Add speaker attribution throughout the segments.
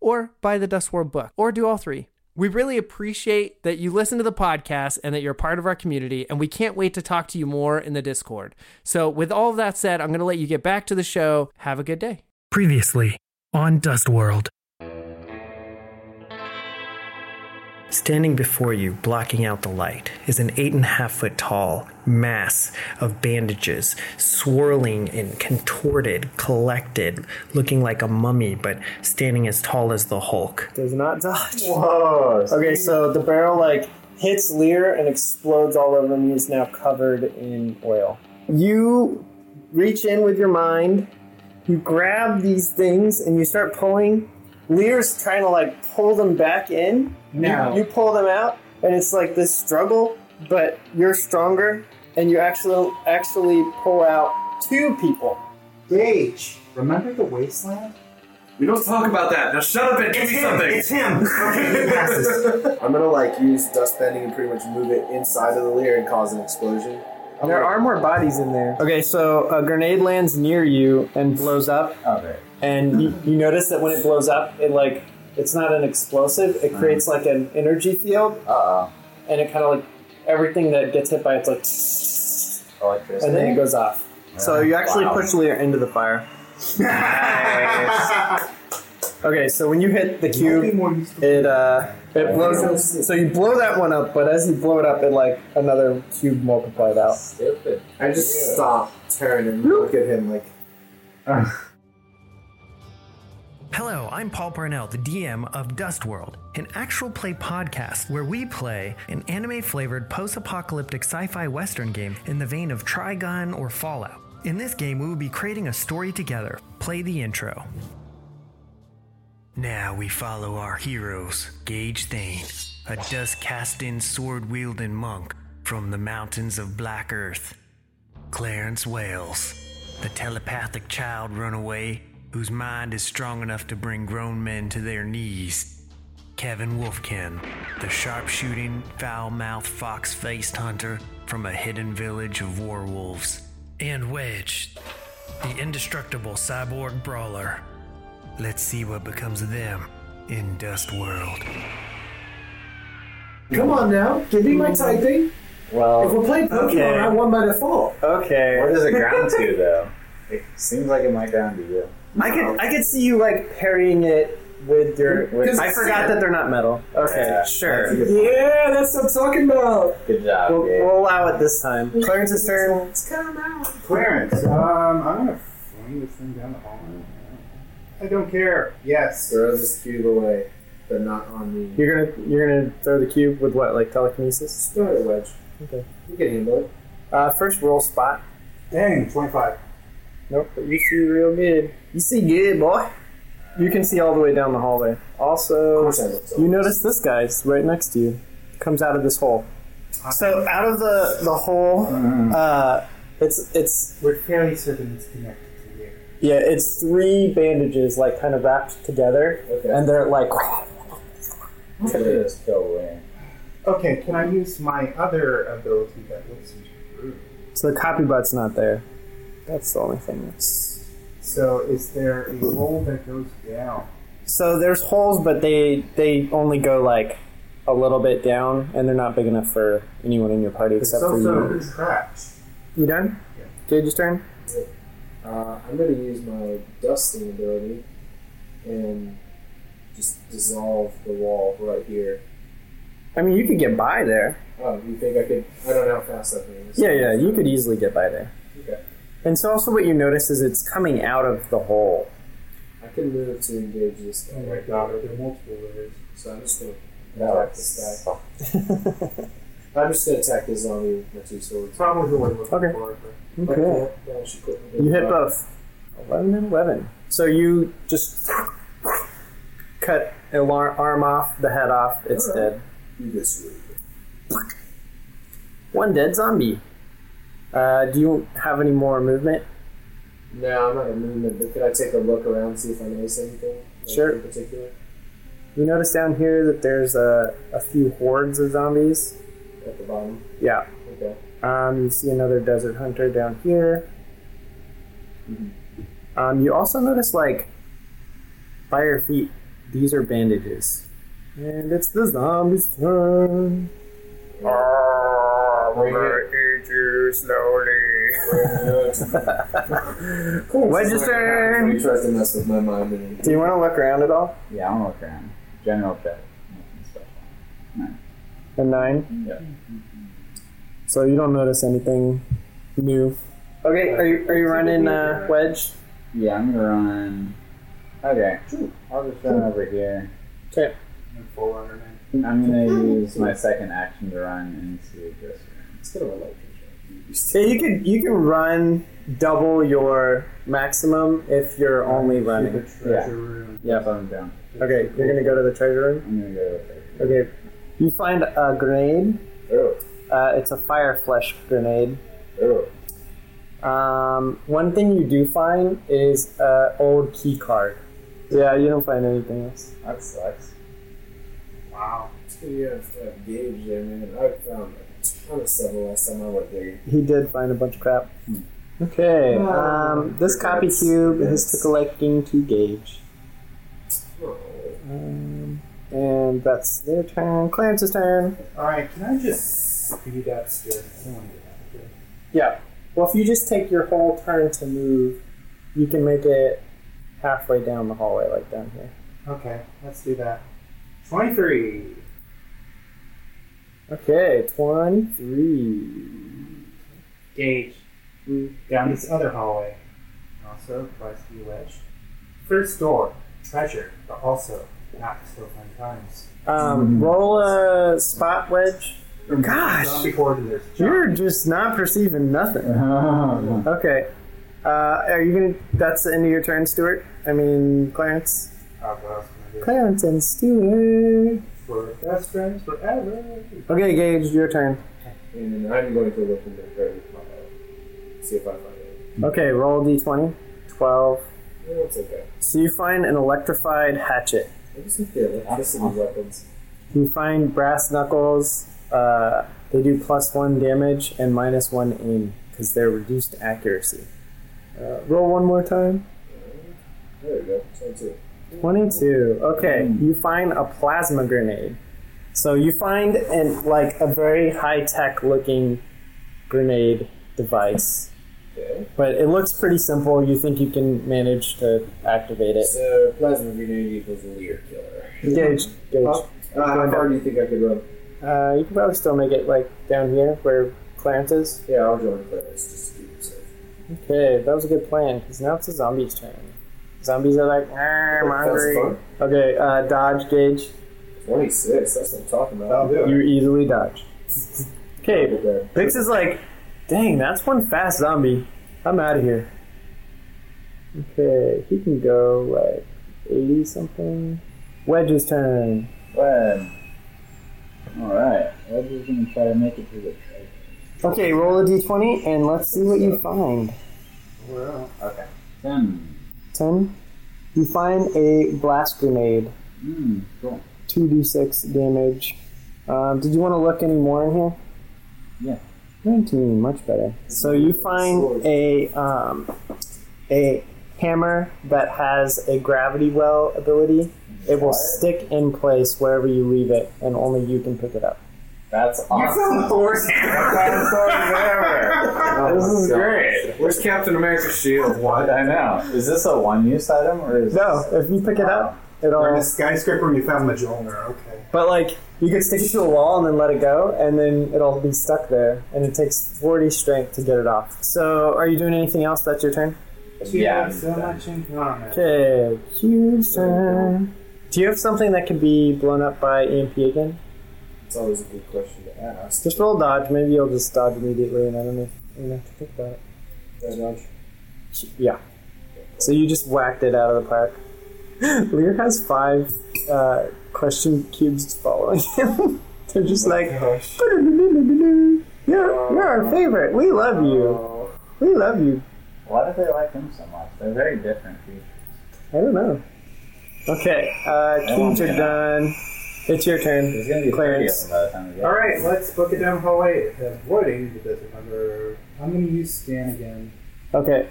Speaker 1: or buy the Dust World book or do all three. We really appreciate that you listen to the podcast and that you're a part of our community, and we can't wait to talk to you more in the Discord. So, with all of that said, I'm going to let you get back to the show. Have a good day.
Speaker 2: Previously on Dust World.
Speaker 3: Standing before you, blocking out the light, is an eight and a half foot tall mass of bandages, swirling and contorted, collected, looking like a mummy, but standing as tall as the Hulk.
Speaker 4: Does not dodge.
Speaker 5: Whoa.
Speaker 4: Okay, so the barrel like hits Lear and explodes all over him. He is now covered in oil. You reach in with your mind, you grab these things, and you start pulling. Lear's trying to like pull them back in.
Speaker 5: No.
Speaker 4: You, you pull them out, and it's like this struggle, but you're stronger, and you actually actually pull out two people.
Speaker 5: Gage, remember the wasteland?
Speaker 6: We don't talk about that. Now shut up and give me something.
Speaker 5: him. Okay, he passes.
Speaker 7: I'm gonna like use dust bending and pretty much move it inside of the layer and cause an explosion.
Speaker 4: There are more bodies in there. Okay, so a grenade lands near you and blows up,
Speaker 7: Okay.
Speaker 4: and you, you notice that when it blows up, it like it's not an explosive. It creates like an energy field,
Speaker 7: Uh oh.
Speaker 4: and it kind of like everything that gets hit by it's like,
Speaker 7: Electricity.
Speaker 4: and then it goes off. So you actually push Lear into the fire. Okay, so when you hit the cube, it uh, it blows. So you blow that one up, but as you blow it up, it like another cube multiplied out.
Speaker 7: Stupid. I just stop, turn, and look at him like.
Speaker 3: Hello, I'm Paul Parnell, the DM of Dust World, an actual play podcast where we play an anime flavored post apocalyptic sci fi western game in the vein of Trigun or Fallout. In this game, we will be creating a story together. Play the intro. Now we follow our heroes, Gage Thane, a dust casting, sword wielding monk from the mountains of Black Earth. Clarence Wales, the telepathic child runaway whose mind is strong enough to bring grown men to their knees. Kevin Wolfkin, the sharpshooting, foul mouthed, fox faced hunter from a hidden village of werewolves. And Wedge, the indestructible cyborg brawler. Let's see what becomes of them in Dust World.
Speaker 7: Come on now, give me my typing. If
Speaker 5: Well,
Speaker 7: we're playing Pokemon,
Speaker 5: Okay.
Speaker 7: I won by default.
Speaker 5: where
Speaker 4: Okay.
Speaker 5: does it ground to though? It seems like it might ground to you.
Speaker 4: I could I could see you like parrying it with your. With,
Speaker 7: Because-
Speaker 4: I forgot that they're not metal. Okay,
Speaker 5: Yeah, that's a
Speaker 4: sure.
Speaker 5: good-
Speaker 7: Yeah, that's what I'm talking about.
Speaker 5: Good job,
Speaker 4: We'll,
Speaker 5: Gabe.
Speaker 4: we'll allow it this time. Clarence's turn.
Speaker 5: Clarence, um, I'm gonna fling this thing down the hall. I don't care. Yes.
Speaker 7: Throws this cube away, but not on me.
Speaker 4: You're gonna you're gonna throw the cube with what like telekinesis?
Speaker 7: Throw it a wedge.
Speaker 4: Okay.
Speaker 7: You can handle it.
Speaker 4: Uh, first roll spot.
Speaker 5: Dang, 25.
Speaker 4: Nope, but you see real good. You see good, boy. You can see all the way down the hallway.
Speaker 7: Of
Speaker 4: Also,
Speaker 7: course I looked
Speaker 4: you notice this guy's right next to you. Comes out of this hole. So out of the the hole,
Speaker 7: Mm-hmm.
Speaker 4: uh, it's it's
Speaker 5: We're fairly certain it's connected to you.
Speaker 4: yeah, it's three bandages like kind of wrapped together,
Speaker 7: Okay.
Speaker 4: and they're like
Speaker 5: Just go away. Okay, can I use my other ability that looks improved?
Speaker 4: so the copy but's not there. That's the only thing that's
Speaker 5: So is there a roll that goes down?
Speaker 4: So there's holes, but they they only go like a little bit down, and they're not big enough for anyone in your party
Speaker 5: It's
Speaker 4: except for
Speaker 5: also
Speaker 4: you.
Speaker 5: cracked.
Speaker 4: You done?
Speaker 5: Yeah.
Speaker 4: Jade's turn.
Speaker 7: Uh, I'm going to use my dusting ability and just dissolve the wall right here.
Speaker 4: I mean, you could get by there.
Speaker 7: Oh, you think I could? I don't know how fast that thing is.
Speaker 4: Yeah, yeah, you could easily get by there.
Speaker 7: Okay.
Speaker 4: And so also what you notice is it's coming out of the hole.
Speaker 7: I can move to engage this guy.
Speaker 5: Oh my god, are there multiple layers?
Speaker 7: So I'm just going to
Speaker 5: No,
Speaker 7: attack this guy. I'm just going to attack this zombie with my two swords.
Speaker 5: Probably who I'm looking
Speaker 4: Okay.
Speaker 5: for.
Speaker 4: Okay.
Speaker 7: Yeah, I should quit my
Speaker 4: You hit
Speaker 7: big
Speaker 4: both. Uh, Eleven and eleven. So you just cut a lar- arm off, the head off. It's
Speaker 7: Alright.
Speaker 4: dead.
Speaker 7: butt. You this week.
Speaker 4: One dead zombie. Uh, do you have any more movement?
Speaker 7: No, I'm not a movement, but could I take a look around and see if I notice anything? Like,
Speaker 4: Sure.
Speaker 7: In particular?
Speaker 4: You notice down here that there's a, a few hordes of zombies.
Speaker 7: At the bottom.
Speaker 4: Yeah.
Speaker 7: Okay.
Speaker 4: Um, you see another desert hunter down here. Um, you also notice, like, by your feet, these are bandages. And it's the zombie's turn.
Speaker 7: Bring it.
Speaker 4: Cool.
Speaker 7: He
Speaker 4: Register!
Speaker 7: tries to mess with my mind and
Speaker 4: Do you want to look around at all?
Speaker 5: Yeah, I'm gonna look around. General check. Nothing special.
Speaker 4: A nine?
Speaker 5: Yeah.
Speaker 4: So you don't notice anything new. Okay, are you, are you running uh, Wedge?
Speaker 5: Yeah, I'm gonna run. Okay, I'll just run over here.
Speaker 4: Okay.
Speaker 5: I'm gonna use my second action to run into this room.
Speaker 7: It's kind of a light
Speaker 4: Yeah, you can you can run double your maximum if you're only running.
Speaker 5: Yeah. Yeah, so I'm down.
Speaker 4: Okay, you're gonna go to the treasure room.
Speaker 5: I'm gonna go over here.
Speaker 4: Okay, you find a grenade.
Speaker 5: Oh,
Speaker 4: Uh, it's a fire flesh grenade.
Speaker 5: oh.
Speaker 4: Um, one thing you do find is a old key card. Yeah, you don't find anything else.
Speaker 5: That sucks.
Speaker 7: Wow. It's good you have uh, gauge there, man. I found a ton of stuff the last time I went there.
Speaker 4: He did find a bunch of crap. Okay, um, this copy cube has took a liking to Gage.
Speaker 7: Oh.
Speaker 4: Um, and that's their turn. Clarence's turn.
Speaker 5: Alright, can I just speed up still? I wanna get out of here.
Speaker 4: Yeah. Well, if you just take your whole turn to move, you can make it halfway down the hallway, like down here.
Speaker 5: Okay, let's do that. 23!
Speaker 4: Okay, 23.
Speaker 5: Gage. Down this other hallway. Also, twice the wedge. First door, treasure, but also not so fun times.
Speaker 4: Um, Roll a spot wedge.
Speaker 5: Oh
Speaker 4: Gosh!
Speaker 5: Zombie horde and there's
Speaker 4: You're just not perceiving nothing.
Speaker 5: Oh,
Speaker 4: Okay. Uh, are you gonna? That's the end of your turn, Stuart. I mean, Clarence.
Speaker 5: what else can I do?
Speaker 4: Clarence and Stuart.
Speaker 5: We're best friends forever.
Speaker 4: Okay, Gage, your turn.
Speaker 7: And then I'm going to look in the very file. See if I find it.
Speaker 4: Okay, roll d20. 12.
Speaker 7: No, it's okay.
Speaker 4: So you find an electrified hatchet.
Speaker 7: I just need the electricity weapons.
Speaker 4: You find brass knuckles. Uh, they do plus one damage and minus one aim because they're reduced accuracy. Uh, roll one more time.
Speaker 7: There we go. 22.
Speaker 4: 22. Okay, you find a plasma grenade. So you find an like a very high tech looking grenade device,
Speaker 7: Okay.
Speaker 4: but it looks pretty simple. You think you can manage to activate it?
Speaker 7: So plasma grenade equals a leer killer.
Speaker 4: Gauge, gauge.
Speaker 7: Up. Uh, how far do you think I could run?
Speaker 4: Uh, you can probably still make it like down here where Clarence is.
Speaker 7: Yeah, I'll join Clarence just to keep him safe.
Speaker 4: Okay, that was a good plan. Because now it's a zombie's turn. Zombies are like, "Ah, I'm
Speaker 7: That's
Speaker 4: hungry.
Speaker 7: fun.
Speaker 4: Okay, uh, dodge gauge.
Speaker 7: Twenty six. That's what I'm talking about. I'll do
Speaker 4: You easily dodge. Okay,
Speaker 7: Okay.
Speaker 4: Bix is like, dang, that's one fast zombie. I'm out of here. Okay, he can go like 80 something. Wedge's turn.
Speaker 8: Web. Alright. Web is going to try to make it to the treasure.
Speaker 4: Okay, roll a d20 and let's see what you find.
Speaker 5: Well,
Speaker 8: 10.
Speaker 4: 10. You find a blast grenade,
Speaker 8: Hmm, cool.
Speaker 4: 2d6 damage. Um, did you want to look any more in here?
Speaker 8: Yeah.
Speaker 4: 19, much better. So you find a um, a hammer that has a gravity well ability. It will stick in place wherever you leave it, and only you can pick it up.
Speaker 8: That's awesome.
Speaker 6: Where's,
Speaker 8: Best sword ever.
Speaker 4: this is
Speaker 8: great.
Speaker 6: where's Captain America's shield?
Speaker 8: What I know. Is this a one use item or is
Speaker 4: No, if you pick it up,
Speaker 5: in a
Speaker 4: it'll.
Speaker 5: skyscraper and you found Majolner, okay.
Speaker 4: But like, you could stick it to a wall and then let it go, and then it'll be stuck there. And it takes 40 strength to get it off. So, are you doing anything else? That's your turn.
Speaker 8: this
Speaker 5: We
Speaker 8: yeah,
Speaker 5: have so much in common.
Speaker 4: Okay, Hugh's turn. Do you have something that can be blown up by EMP again?
Speaker 7: It's always a good question to ask.
Speaker 4: Just roll dodge. Maybe you'll just dodge immediately, and I don't know. I don't have to think about it.
Speaker 7: Right, Nudge?
Speaker 4: Yeah. So you just whacked it out of the park. Lear has five uh, question cubes following him. They're just like, "Ba-da-da-da-da-da-da. you're, you're our favorite. We love you. We love you.
Speaker 8: Why do they like them so much? They're very different creatures.
Speaker 4: I don't know. Okay, uh, cubes are done. It's your
Speaker 8: There's
Speaker 4: turn.
Speaker 8: gonna be
Speaker 4: Clarence.
Speaker 8: thirty of them by the time we get.
Speaker 5: All right, let's book it down the hallway, avoiding the desert hunter. I'm gonna use scan again.
Speaker 4: Okay.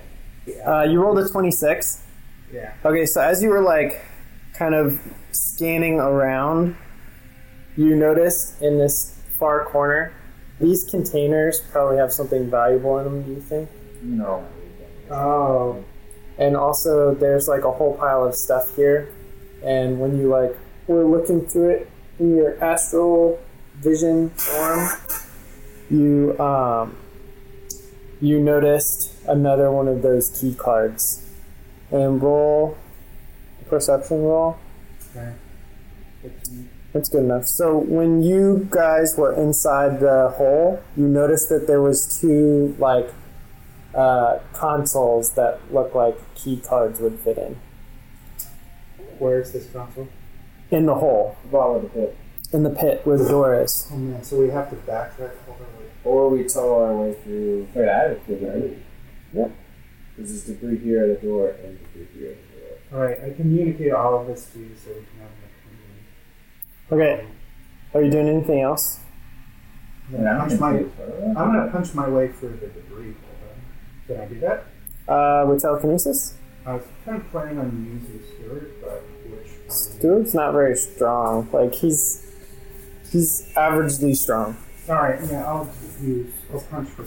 Speaker 4: Uh, you rolled a 26.
Speaker 5: Yeah.
Speaker 4: Okay, so as you were like kind of scanning around, you notice in this far corner, these containers probably have something valuable in them, do you think?
Speaker 8: You know.
Speaker 5: Oh,
Speaker 4: And also, there's like a whole pile of stuff here. And when you like were looking through it in your astral vision form, you um, you noticed another one of those key cards. And roll perception roll.
Speaker 5: okay.
Speaker 4: That's good enough. So when you guys were inside the hole, you noticed that there was two like uh, consoles that looked like key cards would fit in
Speaker 5: Where is this console?
Speaker 4: in the hole
Speaker 7: Bottom of the pit.
Speaker 4: in the pit where the door is.
Speaker 5: Oh man, so we have to backtrack all the way.
Speaker 7: Or we tow our way through.
Speaker 8: Wait, I have a good idea.
Speaker 7: There's just debris here at the door and debris here at the door.
Speaker 5: All right, I communicate all of this to you so we can have a
Speaker 4: Okay, are you doing anything else?
Speaker 5: I'm gonna punch my. I'm
Speaker 8: my.
Speaker 5: gonna punch my way through the debris. Hold on. Can I do that?
Speaker 4: Uh, with telekinesis,
Speaker 5: I was kind of planning on using Stewart, but which one?
Speaker 4: Stuart's not very strong. Like he's he's averagely strong.
Speaker 5: All right, yeah, I'll use. I'll punch for.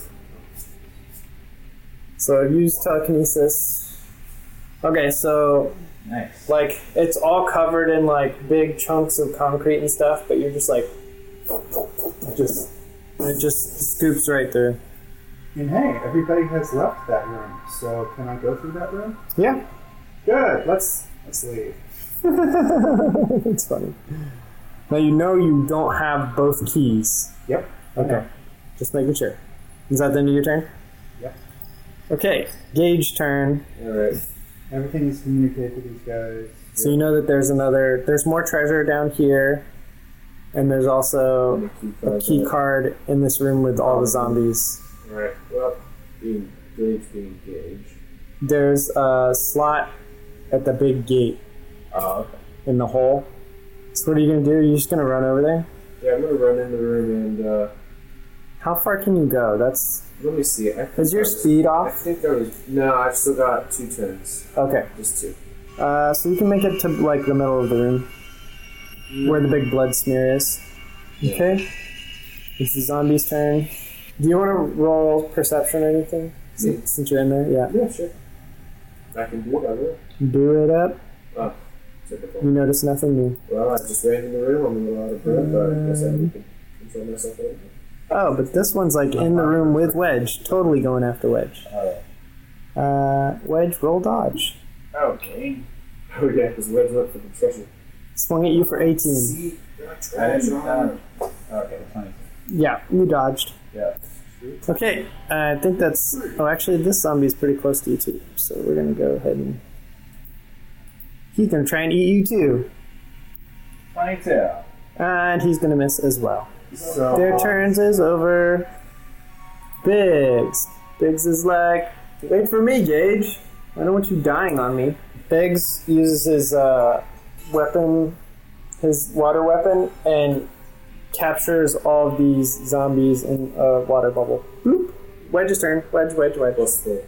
Speaker 4: So use telekinesis. Okay, so
Speaker 8: Nice.
Speaker 4: Like it's all covered in like big chunks of concrete and stuff, but you're just like just it just scoops right through.
Speaker 5: And hey, everybody has left that room, so can I go through that room?
Speaker 4: Yeah.
Speaker 5: Good. Let's let's leave.
Speaker 4: it's funny. Now you know you don't have both keys.
Speaker 5: Yep.
Speaker 4: Okay. Just making sure. Is that the end of your turn?
Speaker 5: Yep.
Speaker 4: Okay. Gauge turn.
Speaker 7: Alright.
Speaker 5: Everything is communicated to these guys.
Speaker 4: So you know that there's another there's more treasure down here. And there's also
Speaker 7: Key
Speaker 4: a
Speaker 7: card.
Speaker 4: key card in this room with all the zombies.
Speaker 7: Alright. Well, being gauge, being gauge.
Speaker 4: There's a slot at the big gate
Speaker 7: Oh, okay.
Speaker 4: in the hole. So what are you gonna do? Are you just gonna run over there?
Speaker 7: Yeah, I'm gonna run in the room and uh,
Speaker 4: How far can you go? That's
Speaker 7: let me see. I think
Speaker 4: is
Speaker 7: I
Speaker 4: your
Speaker 7: was-
Speaker 4: speed
Speaker 7: I
Speaker 4: off?
Speaker 7: think I was. No, I've still got two turns.
Speaker 4: Okay.
Speaker 7: Just two.
Speaker 4: Uh, so you can make it to like the middle of the room, where the big blood smear is. Okay. It's the zombie's turn. Do you want to roll perception or anything? Since, since you're in there, yeah.
Speaker 7: Yeah, sure. I can do whatever.
Speaker 4: Do it up.
Speaker 7: Typical.
Speaker 4: You notice nothing new.
Speaker 7: Well, I just ran in the room. I'm in a lot of breath, but I guess I need to control myself a little bit.
Speaker 4: Oh, but this one's like in the room with Wedge, totally going after Wedge.
Speaker 7: Alright.
Speaker 4: Uh, Wedge, roll dodge.
Speaker 8: Okay.
Speaker 7: Oh, yeah, because Red's up for the treasure.
Speaker 4: Swung at you for 18.
Speaker 7: See? Got
Speaker 8: I
Speaker 7: trash
Speaker 8: didn't.
Speaker 7: on.
Speaker 8: Um, okay, 22.
Speaker 4: Yeah, you dodged.
Speaker 8: Yeah.
Speaker 4: Okay, I think that's. Oh, actually, this zombie's pretty close to you too, so we're gonna go ahead and. He's gonna try and eat you too,
Speaker 8: 22.
Speaker 4: and he's gonna miss as well.
Speaker 5: So uh,
Speaker 4: Their turns is over. Biggs. Biggs is like, wait for me, Gage. I don't want you dying on me. Biggs uses his uh, weapon, his water weapon, and captures all of these zombies in a water bubble. Boop. Wedge's turn. Wedge, wedge, wedge.
Speaker 7: What's the.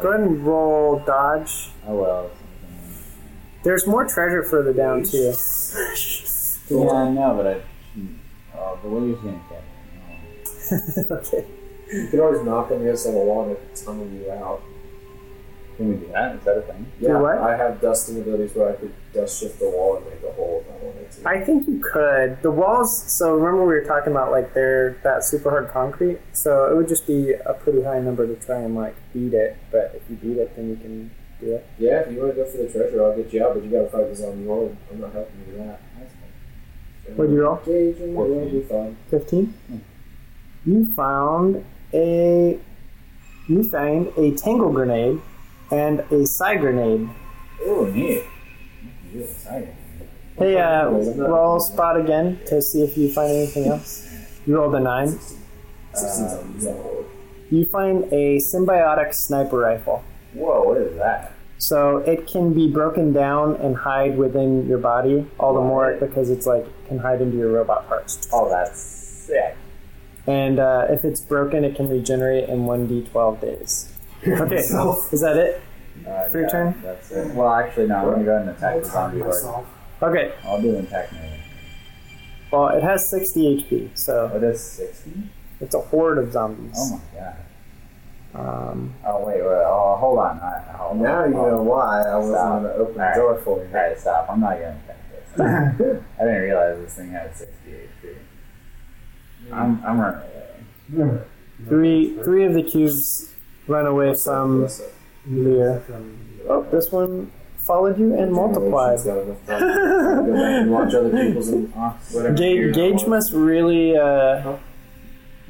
Speaker 4: Go ahead and roll dodge.
Speaker 8: Oh well.
Speaker 4: There's more treasure further down, too.
Speaker 8: Yeah, I know, but I. hmm. Oh, but what are you saying, Kevin?
Speaker 4: okay.
Speaker 7: You can always knock on the other side of the wall and it'll tunnel you out.
Speaker 8: No. Can we do that? Is that a thing?
Speaker 7: Yeah,
Speaker 4: what?
Speaker 7: I have dusting abilities where I could dust shift the wall and make a hole if I wanted to.
Speaker 4: I think you could. The walls. So remember we were talking about like they're that super hard concrete. So it would just be a pretty high number to try and like beat it. But if you beat it, then you can do it.
Speaker 7: Yeah, if you want to go for the treasure, I'll get you out, but you gotta fight the zombie horde. I'm not helping you with that.
Speaker 8: That's fine.
Speaker 4: What'd you roll? Um,
Speaker 7: Gage, and it'll be fun.
Speaker 4: Fifteen. You found a. You find a tangle grenade and a side grenade.
Speaker 8: Oh, neat. You're excited.
Speaker 4: Hey, uh, roll spot again to see if you find anything else. You rolled a nine.
Speaker 7: Uh, no.
Speaker 4: You find a symbiotic sniper rifle.
Speaker 8: Whoa, what is that?
Speaker 4: So it can be broken down and hide within your body, all the more because it's like can hide into your robot parts.
Speaker 8: Oh, that's sick.
Speaker 4: And uh, if it's broken, it can regenerate in one d12 days. Okay, is that it?
Speaker 8: Uh,
Speaker 4: For your
Speaker 8: yeah,
Speaker 4: turn?
Speaker 8: That's it. Well, actually, no, I'm gonna go ahead and attack the zombie horde.
Speaker 5: myself.
Speaker 4: Okay,
Speaker 8: I'll do an attack melee.
Speaker 4: well it has 60 HP, so
Speaker 8: Oh, that's 60?
Speaker 4: it's a horde of
Speaker 8: Oh
Speaker 4: zombies.
Speaker 8: my god.
Speaker 4: Um,
Speaker 8: Oh, wait, wait, oh, hold on. I, hold
Speaker 7: Now
Speaker 8: on.
Speaker 7: you know why I wasn't
Speaker 8: Stop.
Speaker 7: gonna open the
Speaker 8: Alright.
Speaker 7: door for you.
Speaker 8: Alright, stop. I'm not gonna attack this. I didn't realize this thing had 68 feet. I'm, I'm running away.
Speaker 4: three three of the cubes run away from
Speaker 7: Bless her.
Speaker 4: Lear.
Speaker 5: From
Speaker 4: Oh, this one followed you and multiplied.
Speaker 7: She's got enough time to Go back and watch other people's and uh, whatever.
Speaker 4: Ga-
Speaker 7: gear I
Speaker 4: Gage
Speaker 7: want.
Speaker 4: must really uh,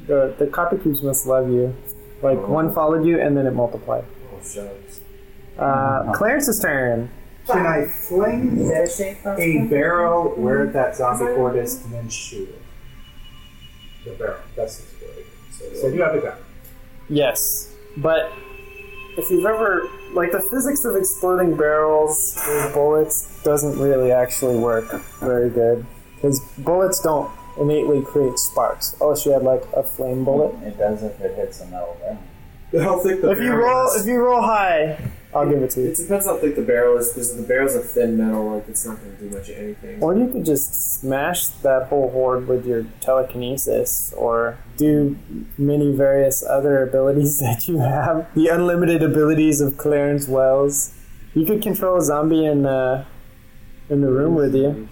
Speaker 4: the the copy cubes must love you. Like one followed you and then it multiplied.
Speaker 7: Oh, shucks.
Speaker 4: Uh, Clarence's turn.
Speaker 5: Can I fling a barrel where that zombie horde is and then shoot it? The barrel. That's its word. So I do have the gun.
Speaker 4: Yes, but if you've ever like the physics of exploding barrels with bullets doesn't really actually work very good because bullets don't innately create sparks. Unless you had like a flame bullet.
Speaker 8: It does if it hits a metal barrel.
Speaker 7: How thick the
Speaker 4: If you roll if you roll high, I'll give it to you.
Speaker 7: It depends how thick the barrel is, because if the barrel's a thin metal, like it's not going to do much of anything.
Speaker 4: Or you could just smash that whole horde with your telekinesis, or do many various other abilities that you have. The unlimited abilities of Clarence Wells. You could control a zombie in uh, in the room with you,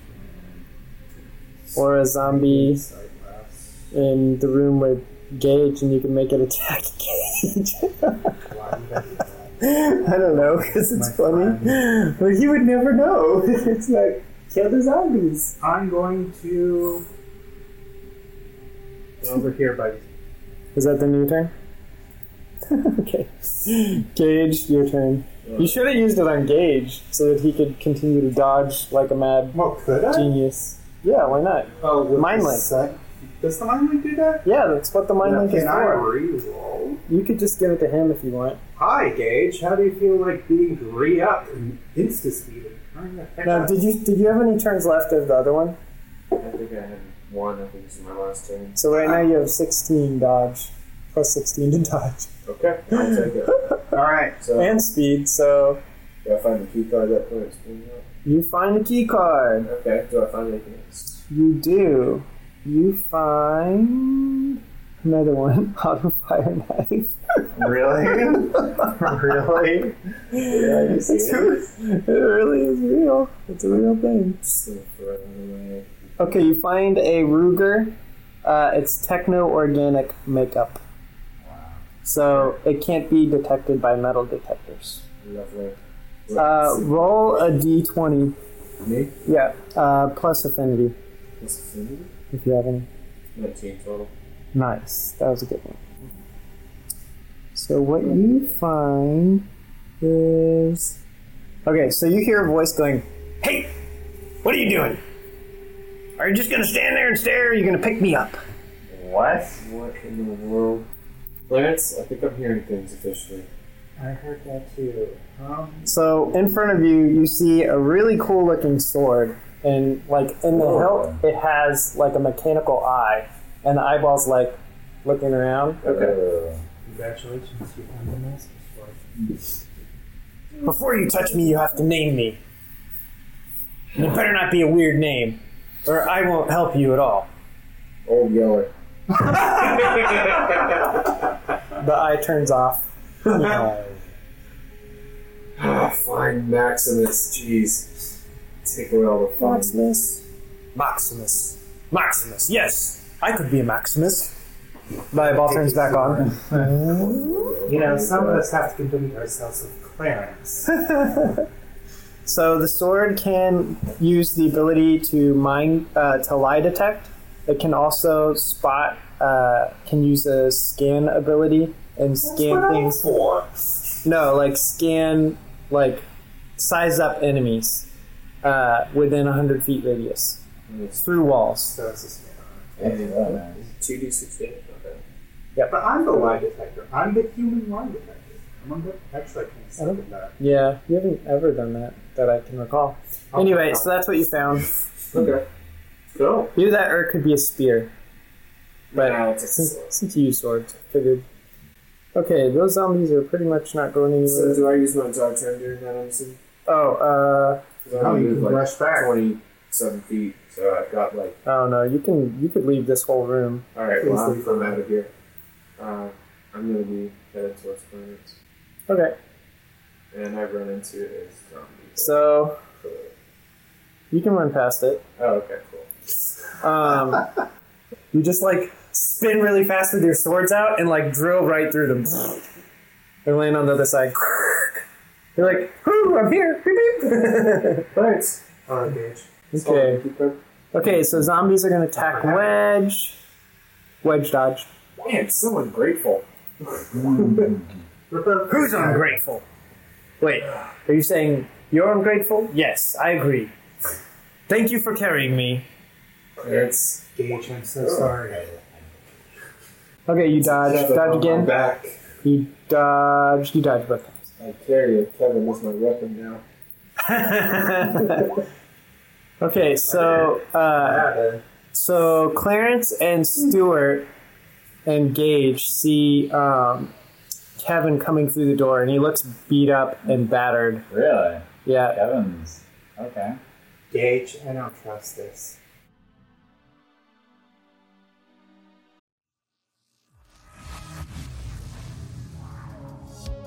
Speaker 4: or a zombie in the room with Gage, and you can make it attack Gage.
Speaker 5: Why would I do that?
Speaker 4: I don't know, because it's
Speaker 5: My
Speaker 4: funny. But you would never know. it's like, kill the zombies.
Speaker 5: I'm going to over here, buddy.
Speaker 4: Is that the new turn? okay. Gage, your turn. You should have used it on Gage so that he could continue to dodge like a mad
Speaker 5: Well, Oh, could I?
Speaker 4: genius. Yeah, why not?
Speaker 5: Oh, with
Speaker 4: Mind
Speaker 5: the
Speaker 4: link.
Speaker 5: sec- Does the mind link do that?
Speaker 4: Yeah, that's what the mind link is
Speaker 5: Can I
Speaker 4: for.
Speaker 5: re-roll?
Speaker 4: You could just give it to him if you want.
Speaker 5: Hi, Gage. How do you feel like being re up and insta speeding? Turn the heck
Speaker 4: Now,
Speaker 5: up.
Speaker 4: did you did you have any turns left of the other one?
Speaker 7: I think I had one. I think this is my last turn.
Speaker 4: So right now you have 16 dodge, plus 16 to dodge,
Speaker 7: Okay, I'll take it.
Speaker 5: All right.
Speaker 7: So,
Speaker 4: and speed. So
Speaker 7: do I find the key card that points? me out?
Speaker 4: you find the key card.
Speaker 7: Okay, do I find anything else?
Speaker 4: You do. you find another one on a fire knife.
Speaker 8: Really? really? Really?
Speaker 4: It's- it really is real. It's a real thing.
Speaker 7: Just gonna throw it away.
Speaker 4: Okay, you find a Ruger. Uh, it's techno organic makeup. So it can't be detected by metal detectors.
Speaker 7: Lovely.
Speaker 4: Uh, roll a d20.
Speaker 7: Me?
Speaker 4: Yeah, uh, plus affinity
Speaker 7: Plus affinity?
Speaker 4: if you have any.
Speaker 7: 19 total.
Speaker 4: Nice. That was a good one. So what you find is okay. So you hear a voice going, "Hey, what are you doing? Are you just gonna stand there and stare? Or are you gonna pick me up?"
Speaker 8: What?
Speaker 7: What in the world? Clarence, I think I'm hearing things officially.
Speaker 5: I heard that too. Um,
Speaker 4: So in front of you, you see a really cool looking sword, and like in the hilt, it has like a mechanical eye, and the eyeball's like looking around.
Speaker 8: Okay.
Speaker 5: congratulations, you found the master sword.
Speaker 4: Before you touch me, you have to name me. And it better not be a weird name, or I won't help you at all.
Speaker 7: Old Yeller.
Speaker 4: The eye turns off.
Speaker 7: Ah, fine, Maximus. Jeez. Take away all the fun.
Speaker 4: Maximus. Maximus. Maximus, yes. I could be a Maximus. My ball turns back on.
Speaker 5: You know, some of us have to convince ourselves of Clarence.
Speaker 4: So the sword can use the ability to mind uh, to lie detect. It can also spot. Uh, can use a scan ability and scan things.
Speaker 7: Four.
Speaker 4: No, like scan, like size up enemies uh, within 100 feet radius through walls.
Speaker 5: so it's a scam.
Speaker 7: Two D six damage. Okay.
Speaker 5: But I'm the lie detector. I'm the human lie detector. I'm on the actually I can't say that.
Speaker 4: Yeah, you haven't ever done that that I can recall. Anyway, so that's what you found.
Speaker 7: Okay. Cool.
Speaker 4: Either that or it could be a spear. But
Speaker 7: Now it's a
Speaker 4: since,
Speaker 7: sword.
Speaker 4: since you use swords, figured. Okay, those zombies are pretty much not going
Speaker 7: So
Speaker 4: anywhere.
Speaker 7: do I use my dog turn during that? I'm assuming.
Speaker 4: Oh, uh,
Speaker 7: Because I only
Speaker 5: you
Speaker 7: moved,
Speaker 5: can
Speaker 7: like
Speaker 5: rush back.
Speaker 7: Twenty-seven feet. So I've got like.
Speaker 4: oh no, you can you could leave this whole room.
Speaker 7: All right. Well,
Speaker 5: Please
Speaker 7: I'm, I'm out of here. Uh, I'm gonna be headed towards Clarence,
Speaker 4: Okay,
Speaker 7: and I've run into his zombies.
Speaker 4: so
Speaker 7: So,
Speaker 4: you can run past it.
Speaker 7: oh, okay, cool.
Speaker 4: Um, you just like spin really fast with your swords out and like drill right through them. They land on the other side. You're like, whoo, I'm here. Beep, beep."
Speaker 7: Clarence.
Speaker 5: Oh, bitch.
Speaker 4: okay. Okay, so zombies are gonna attack Wedge. Wedge dodge.
Speaker 7: Man, so ungrateful.
Speaker 4: Who's ungrateful? Wait, are you saying you're ungrateful? Yes, I agree. Thank you for carrying me.
Speaker 7: Clarence.
Speaker 5: Gage, I'm
Speaker 7: Oh.
Speaker 5: so sorry.
Speaker 4: Okay, you dodge.
Speaker 7: Kevin
Speaker 4: Dodge
Speaker 7: on my
Speaker 4: again.
Speaker 7: Back.
Speaker 4: You dodge. You dodge both times.
Speaker 7: I carry a Kevin as my weapon now.
Speaker 4: okay, so uh,
Speaker 7: Uh,
Speaker 4: so Clarence and Stuart and Gage see um, Kevin coming through the door, and he looks beat up and battered.
Speaker 8: Really?
Speaker 4: Yeah.
Speaker 8: Kevin's. Okay.
Speaker 5: Gage, I don't trust this.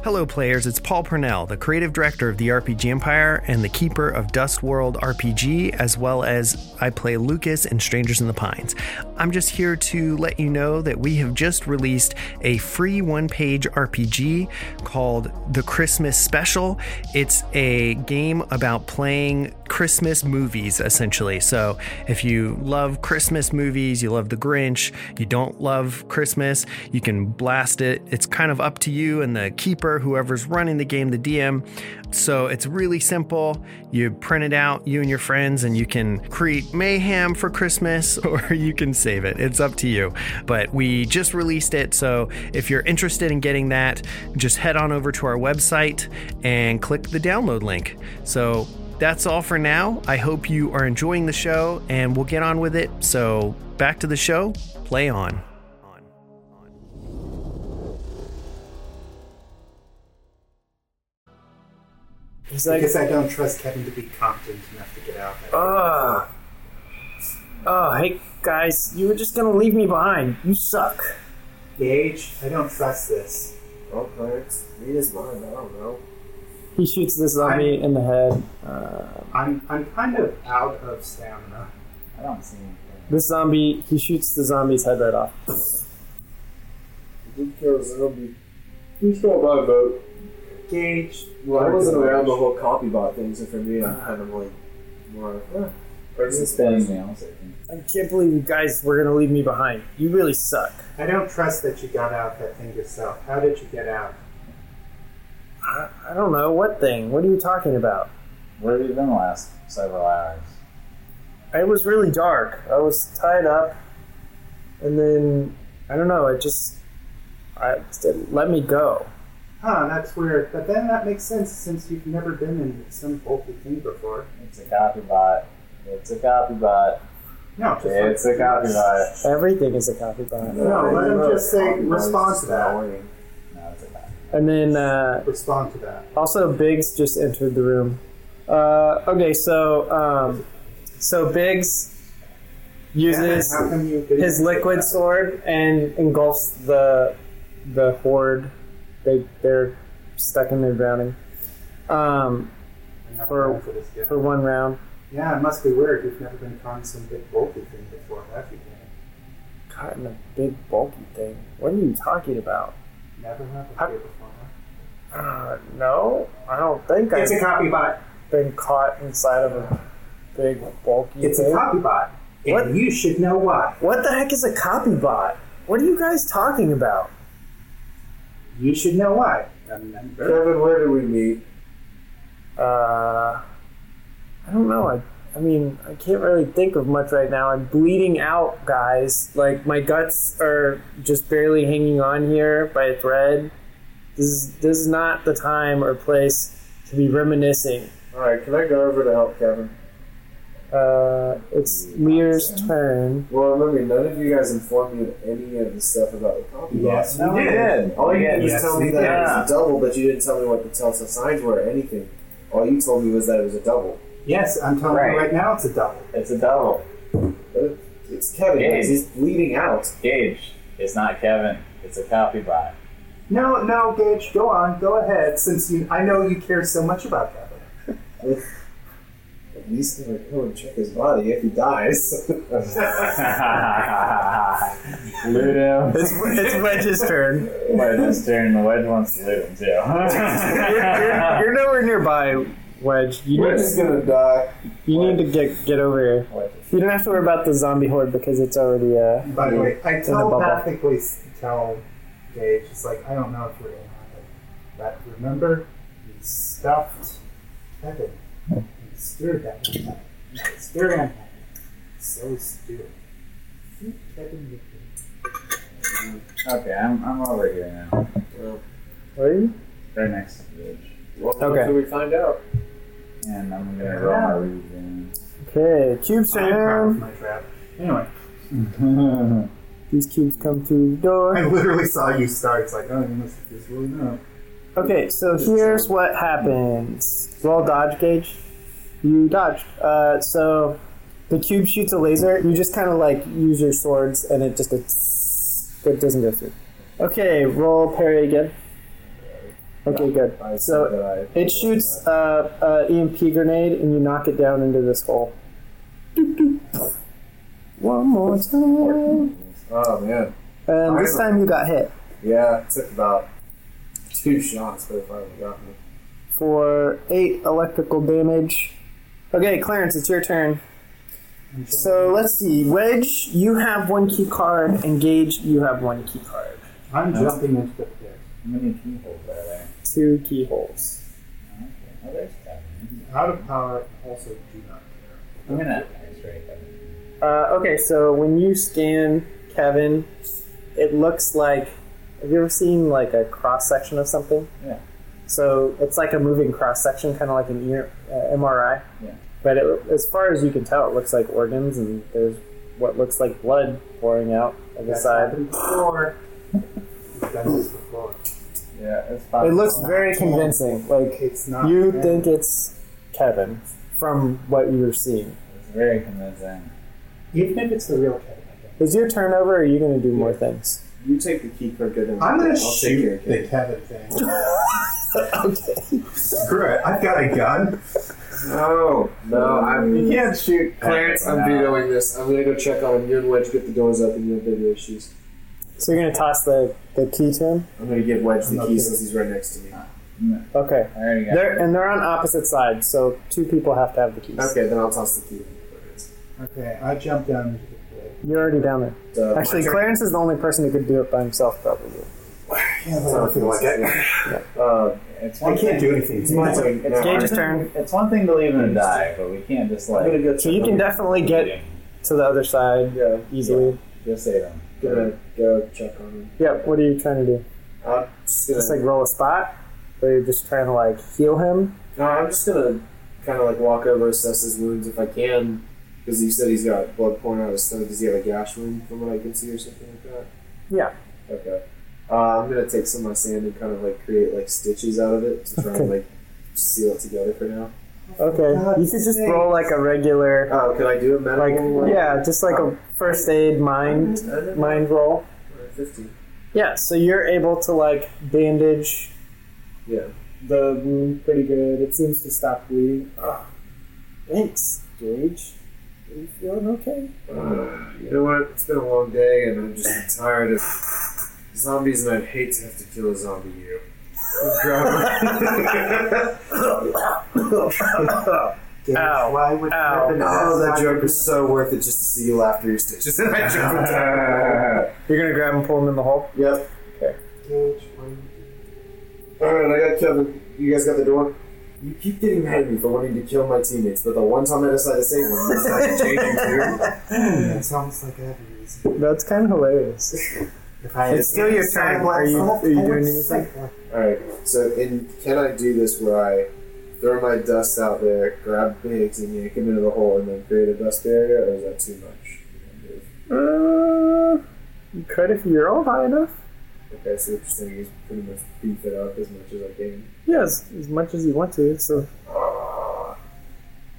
Speaker 3: Hello, players. It's Paul Purnell, the creative director of the RPG Empire and the keeper of Dust World RPG, as well as I play Lucas in Strangers in the Pines. I'm just here to let you know that we have just released a free one page RPG called The Christmas Special. It's a game about playing Christmas movies, essentially. So if you love Christmas movies, you love The Grinch, you don't love Christmas, you can blast it. It's kind of up to you and the keeper, whoever's running the game, the DM. So it's really simple. You print it out, you and your friends, and you can create mayhem for Christmas or you can save it. It's up to you. But we just released it. So if you're interested in getting that, just head on over to our website and click the download link. So that's all for now. I hope you are enjoying the show and we'll get on with it. So back to the show, play on.
Speaker 4: He's
Speaker 5: I
Speaker 4: like,
Speaker 5: guess I don't trust Kevin to be competent enough to get out.
Speaker 4: oh, oh, hey, guys. You were just gonna leave me behind. You suck.
Speaker 5: Gage, I don't trust this.
Speaker 7: Well, Clarence, read his mind. I don't know.
Speaker 4: He shoots this zombie in the head. Uh,
Speaker 5: I'm I'm kind of out of stamina.
Speaker 8: I don't see anything.
Speaker 4: this zombie, he shoots the zombie's head right off.
Speaker 7: He did kill a zombie. Who's going by vote?
Speaker 5: Gage,
Speaker 7: Well, I
Speaker 5: Larkin
Speaker 7: wasn't around
Speaker 5: Wedge.
Speaker 7: the whole copybot thing, so for me,
Speaker 8: Uh-huh.
Speaker 7: I'm kind of like more. eh.
Speaker 8: It's a spelling nail, so I think.
Speaker 4: I can't believe you guys were gonna leave me behind. You really suck.
Speaker 5: I don't trust that you got out that thing yourself. How did you get out?
Speaker 4: I, I don't know what thing. What are you talking about?
Speaker 8: Where have you been the last several hours?
Speaker 4: It was really dark. I was tied up, and then I don't know. It just, I it let me go.
Speaker 5: Huh, that's weird. But then that makes sense since you've never been in some bulky thing before.
Speaker 8: It's a copybot. It's a copybot.
Speaker 5: No, just like-
Speaker 8: It's a copybot.
Speaker 4: Everything is a copycat.
Speaker 5: No, let him just say
Speaker 7: Copybot is
Speaker 5: respond
Speaker 7: just
Speaker 5: to that.
Speaker 7: annoying.
Speaker 8: No, it's a copy.
Speaker 4: And then uh,
Speaker 5: Respond to that.
Speaker 4: Also, Biggs just entered the room. Uh, okay, so um, so Biggs uses
Speaker 5: How come you didn't
Speaker 4: his
Speaker 5: say
Speaker 4: liquid
Speaker 5: that?
Speaker 4: sword and engulfs the the horde. They they're stuck in there drowning um,
Speaker 5: I'm not
Speaker 4: for-
Speaker 5: going for this guy.
Speaker 4: for one round.
Speaker 5: Yeah, it must be weird. You've never been caught in some big bulky thing before, have you? Dan?
Speaker 4: Caught in a big bulky thing. What are you talking about?
Speaker 5: Never happened
Speaker 4: How-
Speaker 5: here before. huh?
Speaker 4: Uh, no, I don't think
Speaker 5: It's a
Speaker 4: I've
Speaker 5: copy bot.
Speaker 4: been caught inside of a big bulky
Speaker 5: It's
Speaker 4: thing.
Speaker 5: a copy bot. And
Speaker 4: What?
Speaker 5: you should know why.
Speaker 4: what the heck is a copybot? What are you guys talking about?
Speaker 5: You should know why. Remember?
Speaker 7: Kevin, where did we meet?
Speaker 4: Uh, I don't know. I, I mean, I can't really think of much right now. I'm bleeding out, guys. Like my guts are just barely hanging on here by a thread. This is this is not the time or place to be reminiscing.
Speaker 7: Alright, can I go over to help Kevin?
Speaker 4: Uh, it's Lear's turn.
Speaker 7: Well, remember, none of you guys informed me of any of the stuff about the copybot.
Speaker 5: Yes, we
Speaker 7: You
Speaker 5: did.
Speaker 7: did. All you did was
Speaker 5: Yes,
Speaker 7: tell
Speaker 5: we
Speaker 7: me that
Speaker 5: did.
Speaker 7: it was a double, but you didn't tell me what the telltale signs were or anything. All you told me was that it was a double.
Speaker 5: Yes, I'm telling
Speaker 8: Right.
Speaker 5: you right now it's a double.
Speaker 8: It's a double.
Speaker 7: But It's Kevin.
Speaker 8: Yeah.
Speaker 7: guys. He's bleeding out.
Speaker 8: Gage. It's not Kevin. It's a copybot.
Speaker 5: No, no, Gage, go on, go ahead, since you, I know you care so much about Kevin.
Speaker 7: At least gonna go and check his body if he dies.
Speaker 8: Ludo.
Speaker 4: It's it's Wedge's turn.
Speaker 8: Wait, this turn, the wedge wants to loot him too.
Speaker 4: You're, you're nowhere nearby, Wedge. You
Speaker 7: We're
Speaker 4: need
Speaker 7: just gonna die.
Speaker 4: you need to get get over here. You don't have to worry about the zombie horde because it's already uh.
Speaker 5: By the way, I
Speaker 4: the bubble.
Speaker 5: telepathically s- tell Gage, it's like, I don't know if we're in on it, but remember, you stuffed Kevin. You stirred that one up. You stirred him up. So stupid. See, Kevin, you can-
Speaker 8: okay, I'm, I'm over here now.
Speaker 4: Where are you?
Speaker 8: Right next to the wedge.
Speaker 7: Well,
Speaker 4: Okay.
Speaker 7: Until we find out.
Speaker 8: And I'm gonna roll my regen.
Speaker 4: Okay, cubes
Speaker 5: I'm proud of
Speaker 4: turn.
Speaker 5: my trap. Anyway,
Speaker 4: These cubes come through the door.
Speaker 5: I literally saw you start. It's like, oh, you must have just really know.
Speaker 4: Okay, so here's what happens. Roll dodge gauge. You dodged. Uh, so the cube shoots a laser. You just kind of like use your swords, and it just goes, it doesn't go through. Okay, roll parry again. Okay,
Speaker 7: I
Speaker 4: good. So
Speaker 7: said that I-
Speaker 4: it shoots uh, uh, EMP grenade, and you knock it down into this hole. Doop, doop. One more time,
Speaker 7: Oh man.
Speaker 4: and this time you got hit.
Speaker 7: Yeah, it took about two shots, but it finally got me.
Speaker 4: for eight electrical damage. Okay, Clarence, it's your turn. So let's see. Wedge, you have one key card, and Gage, you have one key card.
Speaker 5: I'm jumping into the pit.
Speaker 8: How many keyholes are there?
Speaker 4: Two keyholes.
Speaker 8: Okay. Oh, there's Kevin.
Speaker 5: Out of power, also do not care.
Speaker 8: I'm gonna. That's right, Kevin.
Speaker 4: Uh, okay, so when you scan Kevin, it looks like. Have you ever seen like a cross section of something?
Speaker 8: Yeah.
Speaker 4: So it's like a moving cross section, kind of like an ear, uh, MRI.
Speaker 8: Yeah.
Speaker 4: But it, as far as you can tell, it looks like organs, and there's what looks like blood pouring out of the
Speaker 5: That's
Speaker 4: side.
Speaker 5: happened before. We've done this before.
Speaker 8: Yeah, it's fine.
Speaker 4: It looks very convincing. Like
Speaker 5: It's not.
Speaker 4: you
Speaker 5: him.
Speaker 4: think it's Kevin from what you're seeing.
Speaker 8: It's very convincing.
Speaker 5: Even if it's the real Kevin.
Speaker 4: Is your turn over, or are you going to do more things?
Speaker 7: You take the key card, get him.
Speaker 5: I'm gonna
Speaker 7: I'll take care
Speaker 5: shoot
Speaker 7: of it.
Speaker 5: the Kevin thing.
Speaker 4: okay.
Speaker 5: Screw it. I've got a gun.
Speaker 7: No, no, I'm.
Speaker 5: You can't shoot.
Speaker 7: Clarence, I'm vetoing this. I'm gonna go check on him. You and Wedge get the doors open. You have bigger issues.
Speaker 4: So you're going to toss the, the key to him?
Speaker 7: I'm gonna give Wedge the
Speaker 5: not
Speaker 7: key
Speaker 5: gonna-
Speaker 7: since he's right next to me.
Speaker 4: Okay.
Speaker 8: I already got
Speaker 4: They're,
Speaker 8: it.
Speaker 4: and they're on opposite sides, so two people have to have the keys.
Speaker 7: Okay, then I'll toss the key.
Speaker 5: Okay, I jump down into the pit.
Speaker 4: You're already down there.
Speaker 7: So, my
Speaker 4: Actually,
Speaker 7: turn.
Speaker 4: Clarence is the only person who could do it by himself, probably.
Speaker 5: Yeah, but I don't feel like it.
Speaker 7: Uh,
Speaker 8: It's
Speaker 5: I
Speaker 8: one
Speaker 5: can't
Speaker 8: thing-
Speaker 5: do anything.
Speaker 8: It's one
Speaker 5: It's
Speaker 8: thing. It's
Speaker 4: Gage's
Speaker 8: one thing-
Speaker 4: turn.
Speaker 8: It's one thing to leave him to die, but we can't just
Speaker 7: I'm gonna
Speaker 8: like
Speaker 7: go.
Speaker 4: So you can definitely get to the other side
Speaker 7: Yeah,
Speaker 4: easily.
Speaker 8: just save him.
Speaker 7: gonna go check on him.
Speaker 4: Yep. What are you trying to do?
Speaker 7: I'm just gonna.
Speaker 4: Just like roll a spot, or you're just trying to like heal him?
Speaker 7: no, I'm just gonna kind of like walk over, assess his wounds if I can, because he said he's got blood pouring out of his stomach. Does he have a gash wound from what I can see, or something like that?
Speaker 4: Yeah.
Speaker 7: Okay. Uh, I'm gonna take some of my sand and kind of like create like stitches out of it to try and like seal it together for now.
Speaker 4: Okay.
Speaker 5: God's
Speaker 4: You could just
Speaker 5: sake.
Speaker 4: roll like a regular,
Speaker 7: Oh, can I do a
Speaker 4: like
Speaker 7: medical?
Speaker 4: yeah, just like a first aid mind mind roll.
Speaker 7: Fifty.
Speaker 4: Yeah. So you're able to like bandage
Speaker 7: Yeah.
Speaker 4: the wound pretty good. It seems to stop bleeding. Ah, Thanks, Gage. Are you feeling okay?
Speaker 7: Uh, you know what? It's been a long day, and I'm just tired of zombies, and I'd hate to have to kill a zombie you.
Speaker 4: Ow.
Speaker 5: Why would
Speaker 4: Ow.
Speaker 5: Kevin
Speaker 7: oh, that
Speaker 5: decide-
Speaker 7: joke was so worth it just to see you laugh through your stitches. And I jumped down.
Speaker 4: You're gonna grab him, pull him in the hole.
Speaker 7: Yep.
Speaker 5: Gage, why would
Speaker 7: All right, I got Kevin. You guys got the door. You keep getting mad at me for wanting to kill my teammates, but the one time I decide to save one, you decide to change them too.
Speaker 5: you- It's almost like I have a reason.
Speaker 4: That's kind of hilarious.
Speaker 5: If I
Speaker 4: It's still your turn. Are you- are you doing anything?
Speaker 7: All right. So, in, can I do this where I throw my dust out there, grab Biggs, and yank him into the hole, and then create a dust barrier, or is that too much?
Speaker 4: Uh, you could if you're all high enough.
Speaker 7: Okay, so what you're saying is pretty much beef it up as much as I can.
Speaker 4: Yes, as much as you want to. So.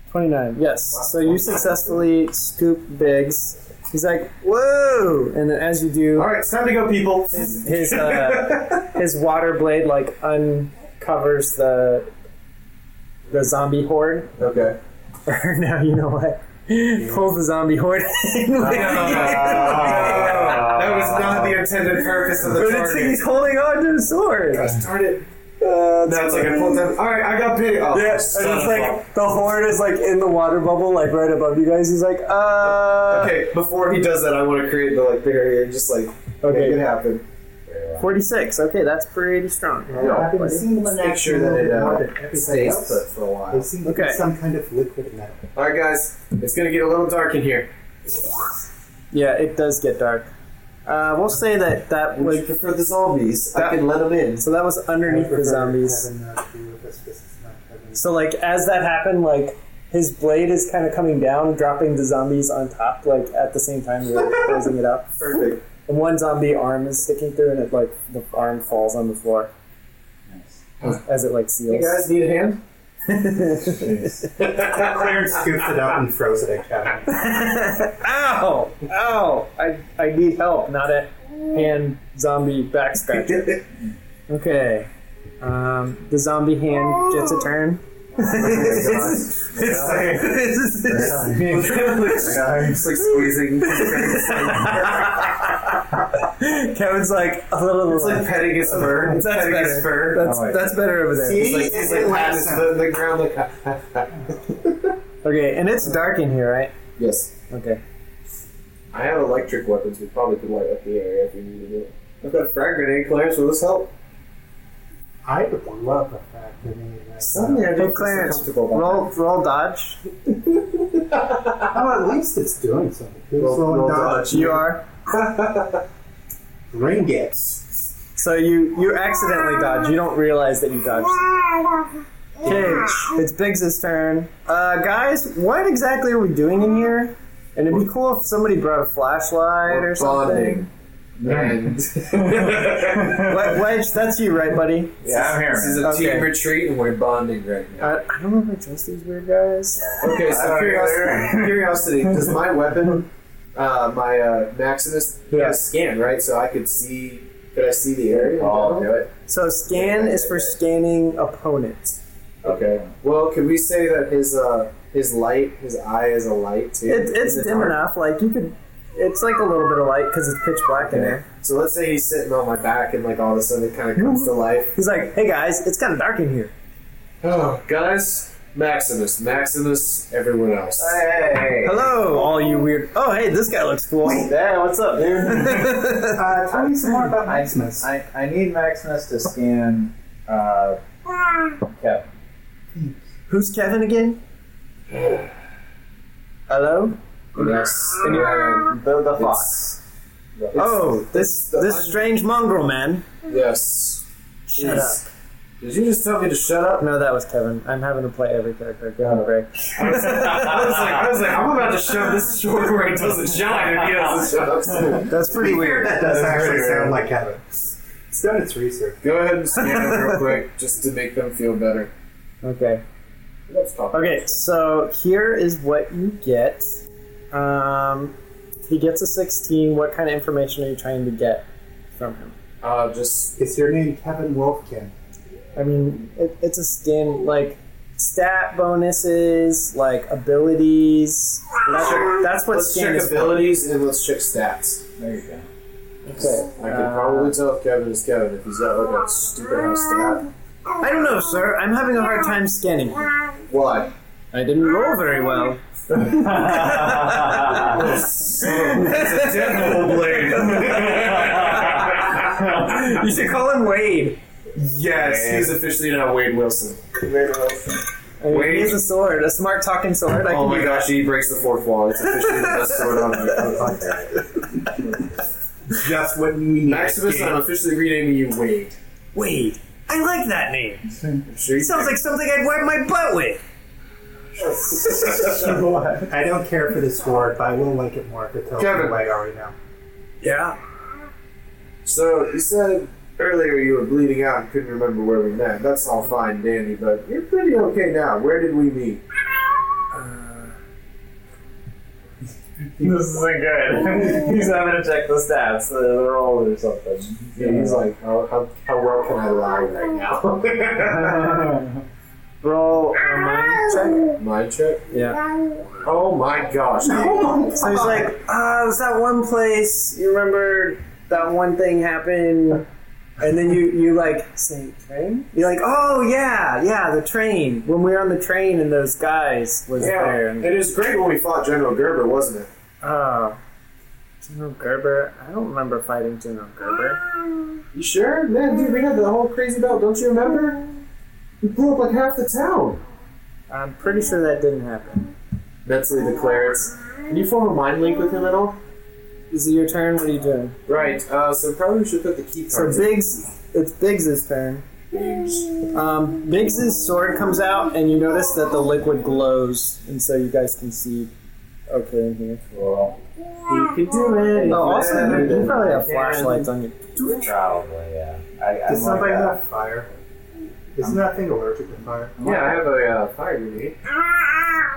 Speaker 4: 29, yes. So you successfully scoop Biggs. He's like, whoa! And then as you do,
Speaker 6: All right, it's time to go, people.
Speaker 4: his, his, uh, his water blade like uncovers the the zombie horde.
Speaker 7: Okay.
Speaker 4: Or now you know what? Pulls the zombie horde in with
Speaker 6: Ah. that was not the intended purpose of
Speaker 4: But
Speaker 6: the
Speaker 4: it's,
Speaker 6: target.
Speaker 4: he's holding on to the sword.
Speaker 7: Darn it.
Speaker 4: Uh,
Speaker 6: Now it's like I pulled down. All right, I got big. Oh,
Speaker 4: Yeah, and it's
Speaker 6: son of a-
Speaker 4: like the horn is like in the water bubble, like right above you guys. He's like, uh.
Speaker 7: Okay, before he does that, I want to create the like barrier and just like
Speaker 4: Okay.
Speaker 7: make it happen.
Speaker 4: 46. Okay, that's pretty strong.
Speaker 5: I've seen them in
Speaker 7: Make
Speaker 5: action
Speaker 7: sure that it
Speaker 5: more than
Speaker 7: uh,
Speaker 5: everything
Speaker 7: stays
Speaker 5: else.
Speaker 7: put for a
Speaker 5: They
Speaker 7: while.
Speaker 5: seem to
Speaker 4: Okay.
Speaker 5: be some kind of liquid metal.
Speaker 7: All right, guys, it's gonna get a little dark in here.
Speaker 4: Yeah, it does get dark. Uh, we'll say that that
Speaker 7: Would you
Speaker 4: was
Speaker 7: prefer the zombies? I
Speaker 4: That-
Speaker 7: can let them in.
Speaker 4: so that was
Speaker 5: I
Speaker 4: underneath
Speaker 5: prefer
Speaker 4: the zombies.
Speaker 5: Kevin not to be with us because it's not Kevin's
Speaker 4: So like as that happened, like his blade is kind of coming down, dropping the zombies on top, like at the same time you're closing it up.
Speaker 7: Perfect.
Speaker 4: And one zombie arm is sticking through, and it like the arm falls on the floor as, as it like
Speaker 7: You
Speaker 4: seals.
Speaker 7: guys need a hand?
Speaker 5: Clarence scoops it out and throws it at Kevin.
Speaker 4: Ow! Ow! I, I need help, not a hand zombie back scratcher. Okay. Um, the zombie hand gets a turn.
Speaker 7: It's like squeezing.
Speaker 4: Kevin's like a little.
Speaker 6: It's like petting his fur. It's
Speaker 4: That's
Speaker 6: petting
Speaker 4: better.
Speaker 6: his fur.
Speaker 4: that's, that's better over there.
Speaker 7: It's like, it's like patting his foot in the ground. Like,
Speaker 4: Okay, and it's dark in here, right?
Speaker 7: yes.
Speaker 4: Okay.
Speaker 7: I have electric weapons. We probably could light up the area if we needed it. I've got a frag grenade, Clarence. Will this help?
Speaker 5: I would love the fact that any of that.
Speaker 7: Suddenly, I
Speaker 4: Hey,
Speaker 7: didn't feel so
Speaker 4: Clarence,
Speaker 7: comfortable about
Speaker 4: roll roll dodge.
Speaker 5: Oh, at least it's doing something. Who's
Speaker 7: Roll-
Speaker 5: rolling
Speaker 7: roll
Speaker 5: dodge?
Speaker 4: You are.
Speaker 5: Ring gets.
Speaker 4: So you you accidentally dodge. You don't realize that you dodged. Cage, it's Biggs' turn. Uh, guys, what exactly are we doing in here? And it'd be cool if somebody brought a flashlight or
Speaker 7: We're
Speaker 4: something.
Speaker 7: bonding. And
Speaker 4: Wed- Wedge, that's you, right, buddy?
Speaker 8: Yeah, I'm here.
Speaker 7: this is
Speaker 8: man.
Speaker 7: a
Speaker 4: Okay.
Speaker 7: team retreat, and we're bonding right now.
Speaker 4: I, I don't know if I trust these weird guys.
Speaker 7: Okay, so
Speaker 8: I don't
Speaker 7: curiosity,
Speaker 8: either.
Speaker 7: curiosity. Does my weapon uh, my uh, Maximus yeah.
Speaker 4: Yeah.
Speaker 7: has scan, right? So I could see. Could I see the area? in
Speaker 8: I'll do
Speaker 7: general?
Speaker 8: it.
Speaker 4: So scan is for scanning opponents.
Speaker 7: Okay. Well, could we say that his uh, his light, his eye is a light too?
Speaker 4: It, it's
Speaker 7: In the
Speaker 4: dim
Speaker 7: dark?
Speaker 4: enough. Like you could. It's like a little bit of light because it's pitch black in there.
Speaker 7: So let's say he's sitting on my back, and like all of a sudden it kind of comes to life.
Speaker 4: He's like, "Hey guys, it's kind of dark in here."
Speaker 7: Oh, guys, Maximus, Maximus, everyone else.
Speaker 8: Hey!
Speaker 4: Hello, all you weird. Oh, hey, this guy looks cool.
Speaker 8: Yeah, what's up, dude?
Speaker 5: Uh, tell me some more about Maximus.
Speaker 8: I, I need Maximus to scan. Uh, Kev.
Speaker 4: Who's Kevin again? Hello.
Speaker 7: Yes.
Speaker 8: The, the fox.
Speaker 4: Oh, this
Speaker 7: the
Speaker 4: this
Speaker 7: un-
Speaker 4: strange mongrel man.
Speaker 7: Yes.
Speaker 4: Shut
Speaker 7: Yes. Did you just tell me to shut up?
Speaker 4: up. No, that was Kevin. I'm having to play every character. Give him a break.
Speaker 6: I was like, I was like, I'm about to shove this short where it doesn't shine. And he doesn't shine.
Speaker 7: Shut up. soon.
Speaker 4: That's pretty weird.
Speaker 5: That does actually
Speaker 8: pretty
Speaker 5: sound like Kevin. It's done its research.
Speaker 7: Go ahead and scan him real quick, just to make them feel better.
Speaker 4: Okay.
Speaker 7: Let's talk.
Speaker 4: Okay, so here is what you get. Um, he gets a 16. What kind of information are you trying to get from him?
Speaker 7: Uh, just
Speaker 5: Is your name Kevin Wolfkin?
Speaker 4: I mean, it, it's a skin, like, stat bonuses, like, abilities. That's, that's what
Speaker 7: let's
Speaker 4: skin
Speaker 7: check
Speaker 4: is for.
Speaker 7: abilities and let's check stats.
Speaker 8: There you go.
Speaker 4: Okay.
Speaker 7: I can probably tell if Kevin is Kevin if he's got like a stupid high stat.
Speaker 4: I don't know, sir. I'm having a hard time scanning. I
Speaker 7: Why?
Speaker 4: didn't roll very well.
Speaker 6: It's a devil blade.
Speaker 4: you should call him Wade.
Speaker 7: Yes, he's officially now Wade Wilson.
Speaker 4: I mean,
Speaker 6: Wade?
Speaker 4: He has a sword, a smart talking sword. I
Speaker 7: Oh
Speaker 4: can
Speaker 7: my
Speaker 4: do that.
Speaker 7: gosh, he breaks the fourth wall. It's officially the best sword on the on the podcast.
Speaker 5: Just what we need.
Speaker 7: Maximus, I'm officially renaming you Wade.
Speaker 2: Wait, I like that name.
Speaker 7: I'm sure you
Speaker 2: Sounds like something I'd wipe my butt with.
Speaker 5: I don't care for this sword, but I will like it more if it tells
Speaker 7: Kevin.
Speaker 5: me where I already know.
Speaker 2: Yeah.
Speaker 7: So you said earlier you were bleeding out and couldn't remember where we met. That's all fine, and dandy, but you're pretty okay now. Where did we meet?
Speaker 8: Uh, This isn't good. he's having to check the stats, Uh, the, the roll or something.
Speaker 7: Yeah, he's like, how, how, how well can I lie right
Speaker 4: Roll a mind check.
Speaker 7: now? Mind check?
Speaker 4: Yeah.
Speaker 7: Oh my gosh.
Speaker 4: So he's like, uh, it was that one place. You remember that one thing happened? And then you, you like say train. You're like, oh yeah, yeah, the train. When we were on the train and those guys was there.
Speaker 7: Yeah,
Speaker 4: And,
Speaker 7: it was great when we fought General Gerber, wasn't it?
Speaker 4: oh, General Gerber. I don't remember fighting General Gerber.
Speaker 7: You sure? Man, dude, we had the whole crazy bout. Don't you remember? We blew up like half the town.
Speaker 4: I'm pretty sure that didn't happen.
Speaker 7: Mentally the Clarence. Can you form a mind link with him at all?
Speaker 4: Is it your turn? What are you doing?
Speaker 7: Right, uh, so probably we should put the key
Speaker 4: So
Speaker 7: cards in.
Speaker 4: Biggs, it's Biggs's turn. Um, Biggs's sword comes out, and you notice that the liquid glows, and so you guys can see. Okay, in here.
Speaker 8: Well,
Speaker 7: You can do it.
Speaker 4: Oh, also, you probably have
Speaker 7: Yeah.
Speaker 4: flashlights on you.
Speaker 8: probably, yeah. I, I'm
Speaker 5: Does somebody
Speaker 8: like, uh,
Speaker 5: have fire? Isn't that thing allergic to fire?
Speaker 7: Yeah, I have a uh, fire grenade.
Speaker 4: Uh,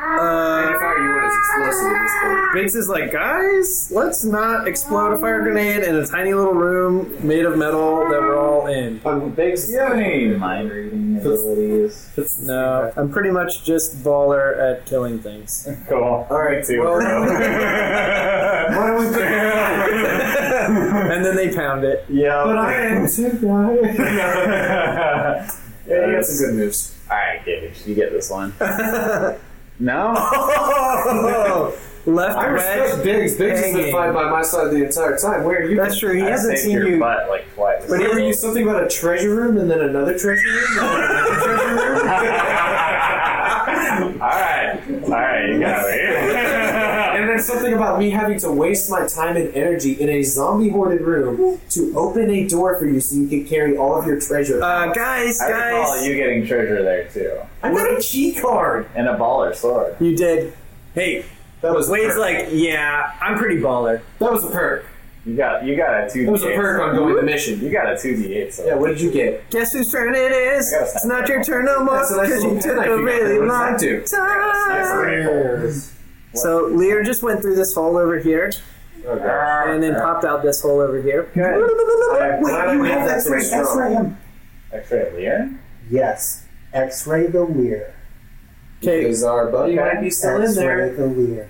Speaker 7: Any fire you want is explosive at this point.
Speaker 4: Biggs is like, guys, let's not explode a fire grenade in a tiny little room made of metal that we're all in.
Speaker 7: Um, Biggs, do you have any
Speaker 8: Any mind reading abilities?
Speaker 4: No, I'm pretty much just baller at killing things.
Speaker 8: Cool. All right, too.
Speaker 7: Well, why don't we
Speaker 4: and then they pound it.
Speaker 8: yeah.
Speaker 7: But I am too guy. Yeah, you got some good moves.
Speaker 8: All right, Gage, you get this one. no.
Speaker 4: Oh, left,
Speaker 7: I respect
Speaker 4: right.
Speaker 7: Biggs. Biggs has been
Speaker 4: hanging.
Speaker 7: fighting by my side the entire time. Where are you?
Speaker 4: That's true. He
Speaker 8: I
Speaker 4: hasn't
Speaker 8: saved
Speaker 4: seen
Speaker 8: your
Speaker 4: you.
Speaker 8: butt like twice.
Speaker 4: But he-
Speaker 7: Remember you something about a treasure room and then another treasure room? And then another treasure room?
Speaker 8: all right, all right, you got me.
Speaker 7: And then something about me having to waste my time and energy in a zombie hoarded room to open a door for you so you can carry all of your treasure.
Speaker 4: Uh, guys,
Speaker 8: I recall
Speaker 4: guys,
Speaker 8: you getting treasure there too,
Speaker 7: I got a key card.
Speaker 8: and a baller sword.
Speaker 4: you did. Hey,
Speaker 7: That was a
Speaker 4: Wade's
Speaker 7: perk.
Speaker 4: like, yeah, I'm pretty baller.
Speaker 7: that was a perk.
Speaker 8: You got you got a two.
Speaker 7: That was a perk on going to mission.
Speaker 8: You got a two d eight sword.
Speaker 7: Yeah, what did you get?
Speaker 4: Guess whose turn it is?
Speaker 8: I gotta
Speaker 4: It's not your turn no more
Speaker 7: That's a nice
Speaker 4: because you
Speaker 7: little
Speaker 4: took
Speaker 7: pen I
Speaker 4: a
Speaker 7: figured out.
Speaker 4: really
Speaker 7: What does that
Speaker 4: long
Speaker 7: do?
Speaker 4: time.
Speaker 8: That's
Speaker 7: Bears.
Speaker 4: So Lear just went through this hole over here,
Speaker 7: Oh, gosh.
Speaker 4: and then popped out this hole over here.
Speaker 8: Good.
Speaker 5: I'm
Speaker 6: glad I
Speaker 5: you
Speaker 6: made
Speaker 5: have
Speaker 6: that
Speaker 5: X-ray,
Speaker 6: pretty strong.
Speaker 5: X-ray him.
Speaker 8: X-ray Lear?
Speaker 5: Yes. X-ray the leer.
Speaker 4: Okay,
Speaker 7: Because our buddy might be still in
Speaker 5: X-ray
Speaker 7: there.
Speaker 5: the leer.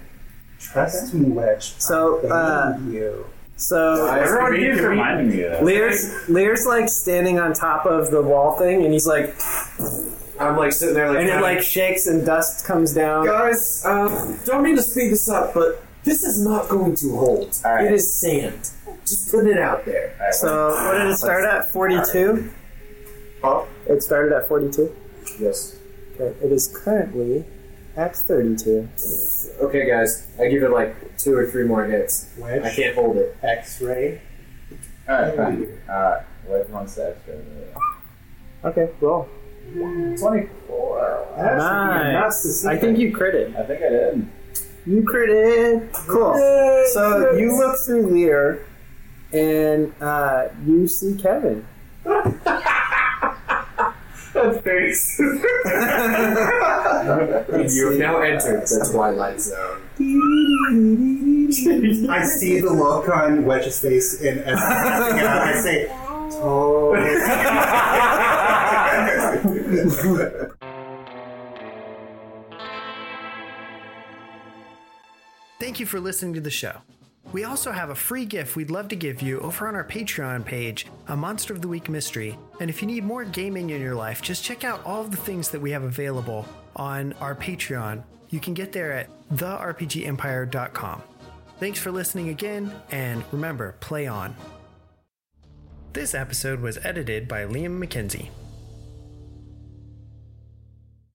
Speaker 5: Trust me, Wedge.
Speaker 4: So,
Speaker 5: I'm
Speaker 4: uh,
Speaker 5: bailing you.
Speaker 4: so
Speaker 8: Everyone keeps reminding me of that.
Speaker 4: Lear's Lear's like standing on top of the wall thing, and he's like,
Speaker 6: I'm like sitting there like.
Speaker 4: and it
Speaker 6: kinda-
Speaker 4: like shakes and dust comes down.
Speaker 6: guys, um, don't mean to speed this up, but this is not going to hold.
Speaker 8: All right.
Speaker 6: It is sand. Just putting it out there.
Speaker 8: All right,
Speaker 4: So what did it start at? Forty-two.
Speaker 6: Huh?
Speaker 4: It started at forty-two.
Speaker 7: Yes.
Speaker 4: Okay, it is currently at thirty-two.
Speaker 7: Okay, guys. I give it like two or three more hits. I
Speaker 5: Wedge,
Speaker 7: can't hold it.
Speaker 5: X-ray.
Speaker 8: All right, fine. Uh, what wants to extra?
Speaker 4: Okay, roll.
Speaker 8: Twenty-four.
Speaker 5: That should be
Speaker 4: uh, Nice.
Speaker 5: enough to see
Speaker 4: I think you critted.
Speaker 8: I think I did.
Speaker 4: You critted. Cool. So you look through Lear, and uh, you see Kevin.
Speaker 6: Thanks. you have now entered the Twilight Zone.
Speaker 5: I see the look on Wedge's face in as I say, "Totally."
Speaker 3: Thank you for listening to the show. We also have a free gift we'd love to give you over on our Patreon page, a Monster of the Week mystery. And if you need more gaming in your life, just check out all of the things that we have available on our Patreon. You can get there at therpgempire.com. Thanks for listening again, and remember, play on. This episode was edited by Liam McKenzie.